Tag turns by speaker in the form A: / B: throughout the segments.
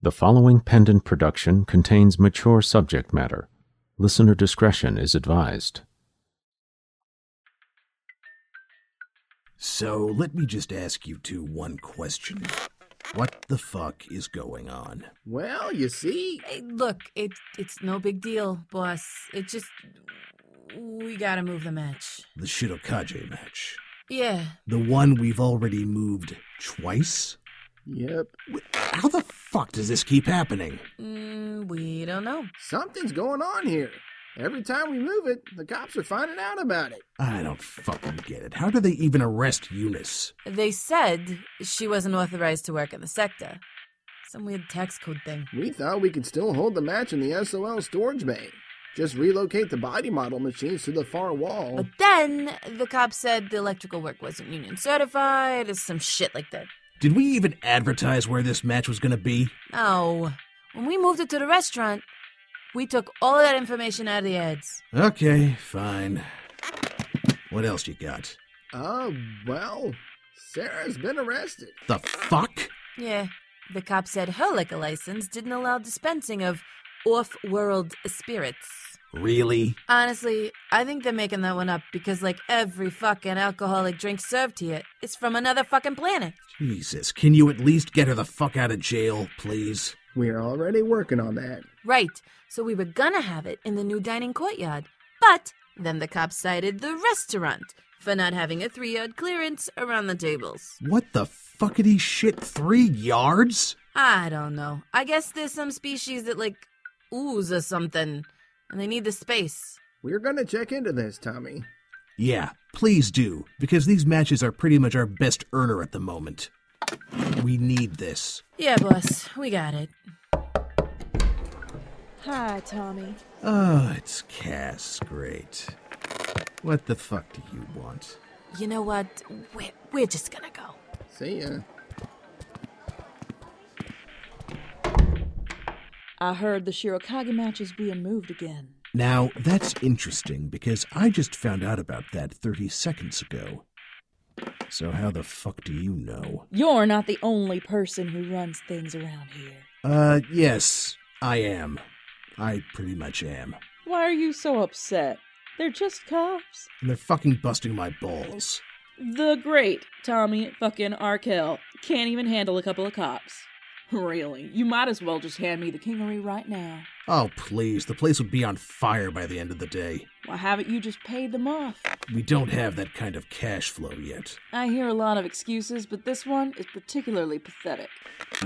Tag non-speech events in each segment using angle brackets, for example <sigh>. A: The following pendant production contains mature subject matter. Listener discretion is advised.
B: So let me just ask you two one question. What the fuck is going on?
C: Well, you see,
D: Hey, Look, it it's no big deal, boss. It just we gotta move the match.
B: The Shidokaje match.
D: Yeah,
B: The one we've already moved twice?
C: yep,
B: Wh- How the fuck does this keep happening?
D: mm, we don't know.
C: something's going on here. Every time we move it, the cops are finding out about it.
B: I don't fucking get it. How do they even arrest Eunice?
D: They said she wasn't authorized to work in the sector. Some weird tax code thing.
C: We thought we could still hold the match in the SOL storage bay. Just relocate the body model machines to the far wall.
D: But then the cop said the electrical work wasn't union certified, or some shit like that.
B: Did we even advertise where this match was gonna be?
D: No, when we moved it to the restaurant, we took all of that information out of the ads.
B: Okay, fine. What else you got?
C: Oh, well, Sarah's been arrested.
B: The fuck?
D: Yeah. The cop said her liquor license didn't allow dispensing of off world spirits.
B: Really?
D: Honestly, I think they're making that one up because, like, every fucking alcoholic drink served here is from another fucking planet.
B: Jesus, can you at least get her the fuck out of jail, please?
C: We're already working on that.
D: Right, so we were gonna have it in the new dining courtyard. But then the cops cited the restaurant for not having a three yard clearance around the tables.
B: What the fuckity shit? Three yards?
D: I don't know. I guess there's some species that, like, ooze or something, and they need the space.
C: We're gonna check into this, Tommy.
B: Yeah, please do, because these matches are pretty much our best earner at the moment. We need this.
D: Yeah, boss, we got it.
E: Hi, Tommy.
B: Oh, it's Cass, great. What the fuck do you want?
D: You know what? We're, we're just gonna go.
C: See ya.
E: I heard the Shirokage match is being moved again.
B: Now, that's interesting, because I just found out about that 30 seconds ago. So, how the fuck do you know?
E: You're not the only person who runs things around here.
B: Uh, yes, I am. I pretty much am.
E: Why are you so upset? They're just cops.
B: And they're fucking busting my balls.
E: The great Tommy fucking Arkell can't even handle a couple of cops. Really, you might as well just hand me the kingery right now.
B: Oh, please, the place would be on fire by the end of the day.
E: Why haven't you just paid them off?
B: We don't have that kind of cash flow yet.
E: I hear a lot of excuses, but this one is particularly pathetic.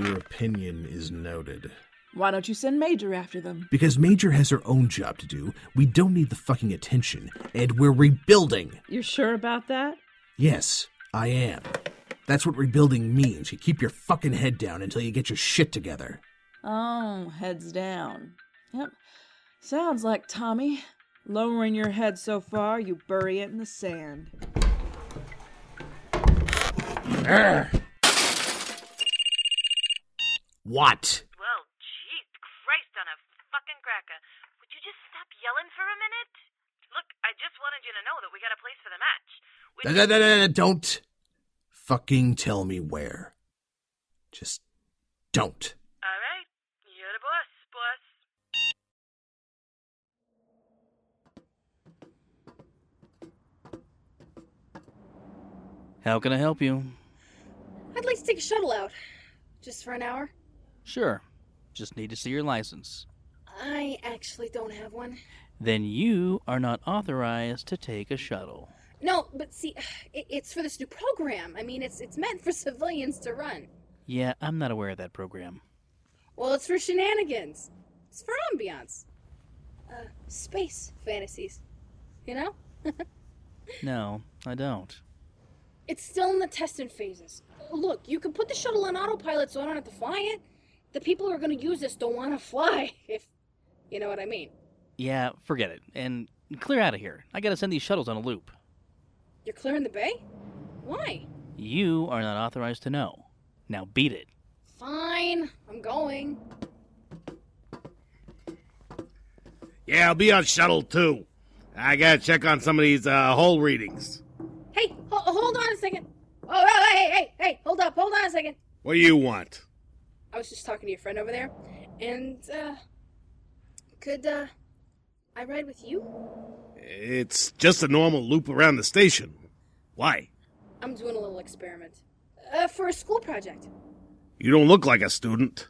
B: Your opinion is noted.
E: Why don't you send Major after them?
B: Because Major has her own job to do, we don't need the fucking attention, and we're rebuilding!
E: You're sure about that?
B: Yes, I am. That's what rebuilding means. You keep your fucking head down until you get your shit together.
E: Oh, heads down. Yep. Sounds like Tommy. Lowering your head so far, you bury it in the sand.
B: What?
F: Well, jeez, Christ on a fucking cracker. Would you just stop yelling for a minute? Look, I just wanted you to know that we got a place for the match. We
B: Da- da- da- da- da- Don't fucking tell me where. Just don't.
F: All right, you're the boss, boss.
G: How can I help you?
H: I'd like to take a shuttle out. Just for an hour.
G: Sure. Just need to see your license.
H: I actually don't have one.
G: Then you are not authorized to take a shuttle.
H: No, but see, <sighs> it, it's for this new program. I mean, it's it's meant for <laughs> civilians to run.
G: Yeah, I'm not aware of that program.
H: Well, it's for shenanigans. It's for ambiance. Uh, space fantasies. You know?
G: No, I don't.
H: It's still in the testing phases. Look, you can put the shuttle on autopilot so I don't have to fly it. The people who are going to use this don't want to <laughs> fly, if you know what I mean.
G: Yeah, forget it. And clear out of here. I gotta send these shuttles on a loop.
H: You're clearing the bay? Why?
G: You are not authorized to know. Now beat it.
H: Fine, I'm going.
I: Yeah, I'll be on shuttle two. I gotta check on some of these uh, hole readings.
H: Hey, ho- hold on a second. Oh, oh, hey, hey, hey, hold up, hold on a second.
I: What do you want?
H: I was just talking to your friend over there, and uh, could uh, I ride with you?
I: It's just a normal loop around the station. Why?
H: I'm doing a little experiment uh, for a school project.
I: You don't look like a student.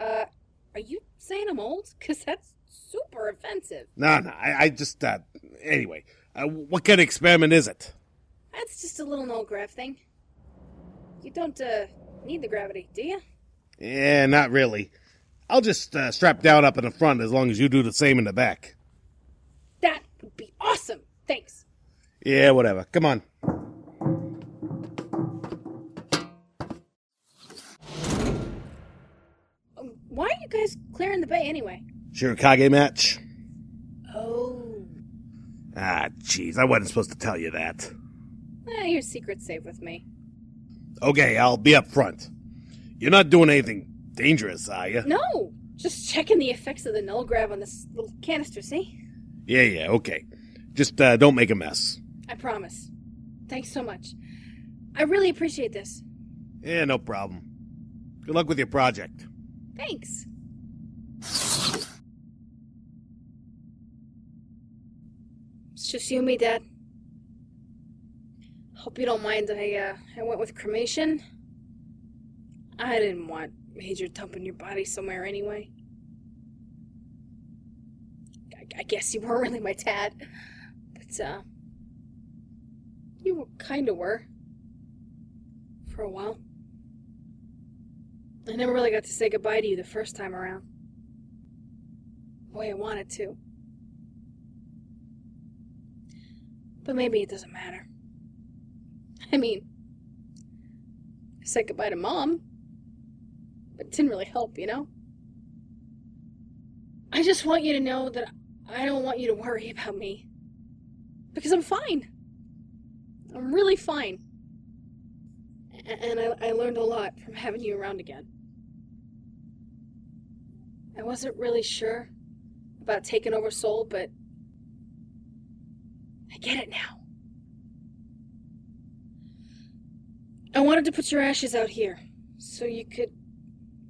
H: Uh, are you saying I'm old? Cause that's super offensive.
I: No, no, I, I just, uh, anyway, uh, what kind of experiment is it?
H: That's just a little no grav thing. You don't uh, need the gravity, do you?
I: Yeah, not really. I'll just uh, strap down up in the front as long as you do the same in the back.
H: That would be awesome. Thanks.
I: Yeah, whatever. Come on.
H: Um, Why are you guys clearing the bay anyway?
I: Shirikage match?
H: Oh,
I: Ah, jeez, I wasn't supposed to tell you that.
H: eh, your secret's safe with me.
I: Okay, I'll be up front. You're not doing anything dangerous, are you?
H: No, just checking the effects of the null grav on this little canister. See,
I: Yeah, yeah, okay. Just uh, don't make a mess.
H: I promise. Thanks so much. I really appreciate this.
I: Yeah, no problem. Good luck with your project.
H: Thanks. It's just you and me, Dad. Hope you don't mind. I uh, I went with cremation. I didn't want Major dumping your body somewhere anyway. I, I guess you weren't really my dad, but uh, you kind of were for a while. I never really got to say goodbye to you the first time around. The way I wanted to. But maybe it doesn't matter. I mean, I said goodbye to Mom, but it didn't really help, you know? I just want you to know that I don't want you to worry about me. Because I'm fine. I'm really fine. A- And I, I learned a lot from having you around again. I wasn't really sure about taking over Soul, but I get it now. I wanted to put your ashes out here so you could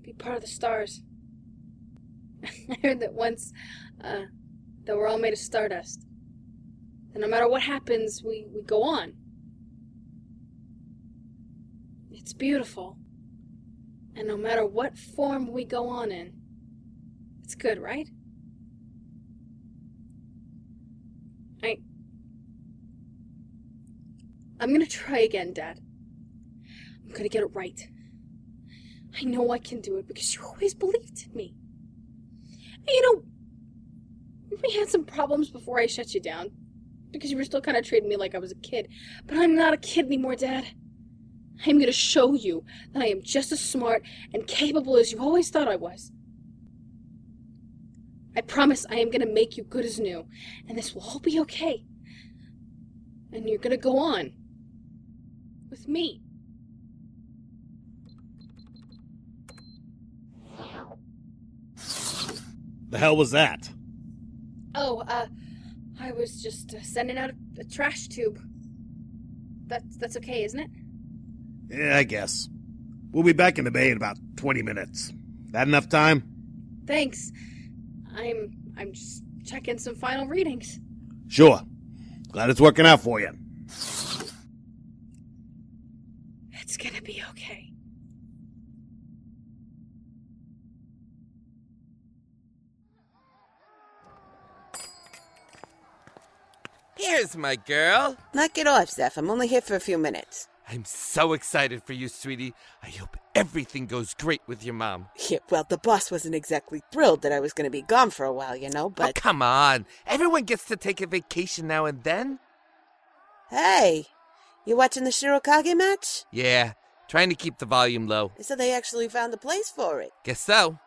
H: be part of the stars. <laughs> I heard that once uh, that we're all made of stardust. And no matter what happens, we, we go on. It's beautiful. And no matter what form we go on in, it's good, right? I. I'm gonna try again, Dad. I'm gonna get it right. I know I can do it because you always believed in me. And you know, we had some problems before I shut you down because you were still kind of treating me like I was a kid. But I'm not a kid anymore, Dad. I'm going to show you that I am just as smart and capable as you always thought I was. I promise I am going to make you good as new, and this will all be okay. And you're going to go on. With me.
I: The hell was that?
H: Oh, uh, I was just uh, sending out a, a trash tube. That's, that's okay, isn't it?
I: Yeah, I guess. We'll be back in the bay in about 20 minutes. That enough time?
H: Thanks. I'm, I'm just checking some final readings.
I: Sure. Glad it's working out for you.
H: It's gonna be okay.
B: Here's my girl.
D: Knock it off, Zeph. I'm only here for a few minutes. <laughs>
B: I'm so excited for you, sweetie. I hope everything goes great with your mom.
D: Yeah, well, the boss wasn't exactly thrilled that I was going to be gone for a while, you know,
B: Oh,
D: but.
B: come on. Everyone gets to take a vacation now and then.
D: Hey! You watching the Shirokage match?
B: Yeah, trying to keep the volume low.
D: So they actually found a place for it.
B: Guess so.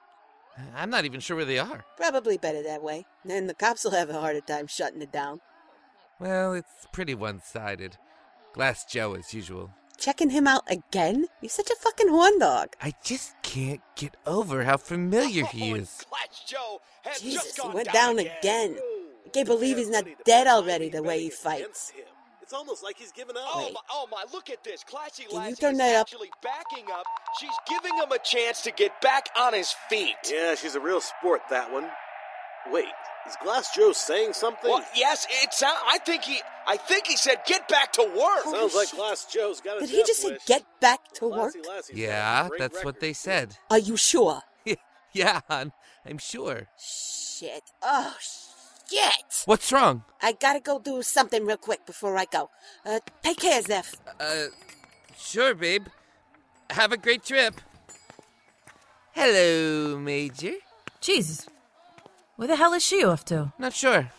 B: I'm not even sure where they are.
D: Probably better that way. Then the cops will have a harder time shutting it down.
B: Well, it's pretty one sided. Glass Joe, as usual.
D: Checking him out again? You're such a fucking horn dog.
B: I just can't get over how familiar
J: Oh,
B: he is.
D: Jesus, he went down again. I can't believe he's not dead already the way he fights.
K: It's almost like he's giving up.
J: Oh
H: Wait.
J: my, oh my, look at this. Classy
H: you
J: Lassie
H: turn
J: is
H: that up?
J: actually backing up. She's giving him a chance to get back on his feet.
K: Yeah, she's a real sport, that one. Wait, is Glass Joe saying something?
J: Well, yes, it sound, I think he I think he said get back to work.
K: Sounds like Glass Joe's got a
H: Did he just say get back to work?
L: Yeah, that's what they said.
H: Are you sure?
L: <laughs> Yeah, I'm, I'm sure.
H: Shit. Oh, shit.
L: What's wrong?
H: I gotta go do something real quick before I go. Uh, take care, Zeph.
L: Uh, sure, babe. Have a great trip. Hello, Major.
D: Jesus. Where the hell is she off to?
L: Not sure.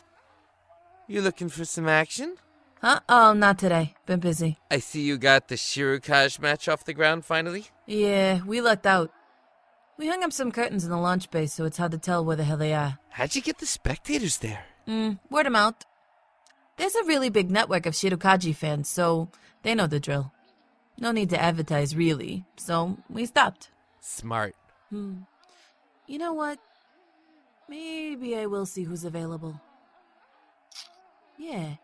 L: You looking for some action?
D: Huh? Oh, not today. Been busy.
L: I see you got <laughs> the Shirukage match off the ground finally.
D: Yeah, we lucked out. We hung up some curtains in the launch bay, so it's hard to tell where the hell they are.
L: How'd you get the spectators there?
D: Mm, word of mouth. There's a really big network of Shirokaji fans, so they know the drill. No need to advertise, really. So we stopped.
L: Smart.
D: Hmm. You know what? Maybe I will see who's available. Yeah.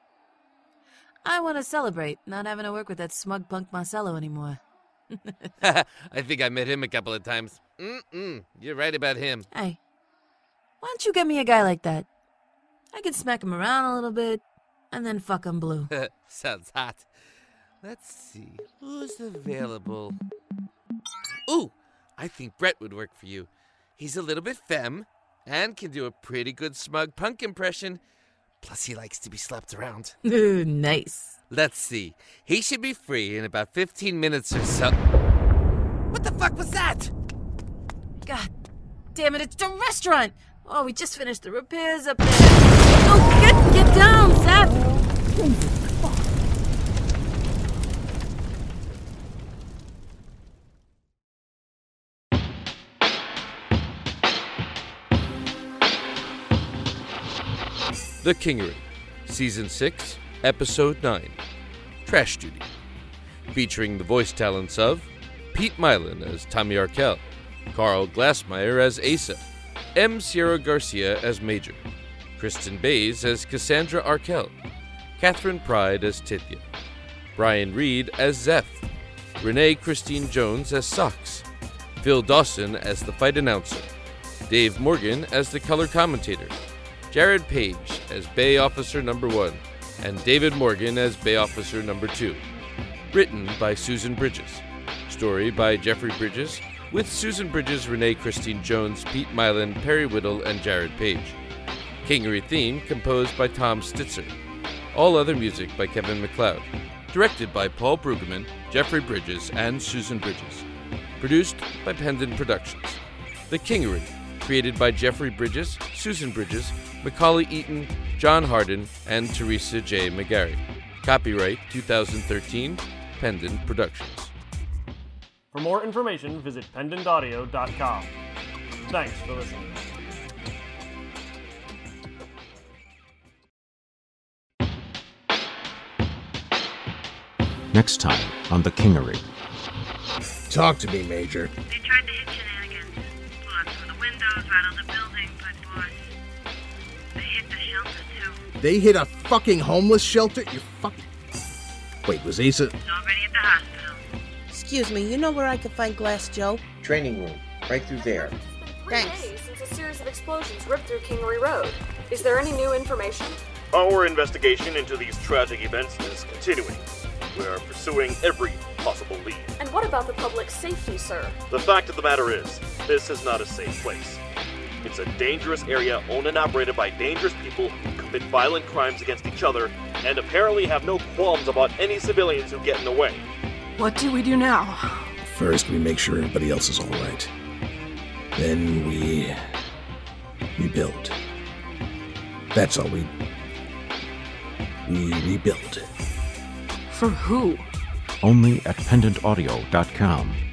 D: I want to celebrate not having to work with that smug punk Marcello anymore.
L: I think I met him a couple of times. Mm-mm, you're right about him.
D: Hey, why don't you get me a guy like that? I can smack him around a little bit and then fuck him blue. <laughs>
L: Sounds hot. Let's see. Who's available? Ooh, I think Brett would work for you. He's a little bit femme and can do a pretty good smug punk impression. Plus, he likes to be slapped around.
D: Ooh, nice.
L: Let's see. He should be free in about 15 minutes or so. What the fuck was that?
D: God damn it, it's the restaurant! Oh, we just finished the repairs up there. Oh, get, get down, Zap!
B: The Kingery, Season 6, Episode 9, Trash Duty, featuring the voice talents of Pete Mylan as Tommy Arkell, Carl Glassmeyer as Asa, M. Sierra Garcia as Major, Kristen Bays as Cassandra Arkell, Catherine Pride as Tithia, Brian Reed as Zeph, Renee Christine Jones as Socks, Phil Dawson as the fight announcer, Dave Morgan as the color commentator, Jared Page as Bay Officer Number One, and David Morgan as Bay Officer Number Two. Written by Susan Bridges. Story by Jeffrey Bridges, with Susan Bridges, Renee Christine Jones, Pete Mylan, Perry Whittle, and Jared Page. Kingery theme composed by Tom Stitzer. All other music by Kevin McLeod. Directed by Paul Brueggemann, Jeffrey Bridges, and Susan Bridges. Produced by Pendant Productions. The Kingery, created by Jeffrey Bridges, Susan Bridges, Macaulay Eaton, John Harden, and Teresa J. McGarry. Copyright 2013, Pendant Productions.
I: For more information, visit pendantaudio.com. Thanks for listening.
A: Next time on The Kingery.
M: Talk to me, Major.
N: They tried to hit shenanigans. Bullets through the windows, rattled the building, but boss. They hit the shelter too.
M: They hit a fucking homeless shelter? You fucking. Wait, was Asa.
N: He's already at the hospital.
H: Excuse me, you know where I can find Glass Joe?
O: Training room, right through there.
P: Three days since a series of explosions ripped through Kingery Road. Is there any new information?
I: Our investigation into these tragic events is continuing. We are pursuing every possible lead.
P: And what about the public safety, sir?
I: The fact of the matter is, this is not a safe place. It's a dangerous area owned and operated by dangerous people who commit violent crimes against each other and apparently have no qualms about any civilians who get in the way.
Q: What do we do now?
M: First, we make sure everybody else is alright. Then we. rebuild. That's all we. We rebuild.
Q: For who?
A: Only at pendantaudio.com.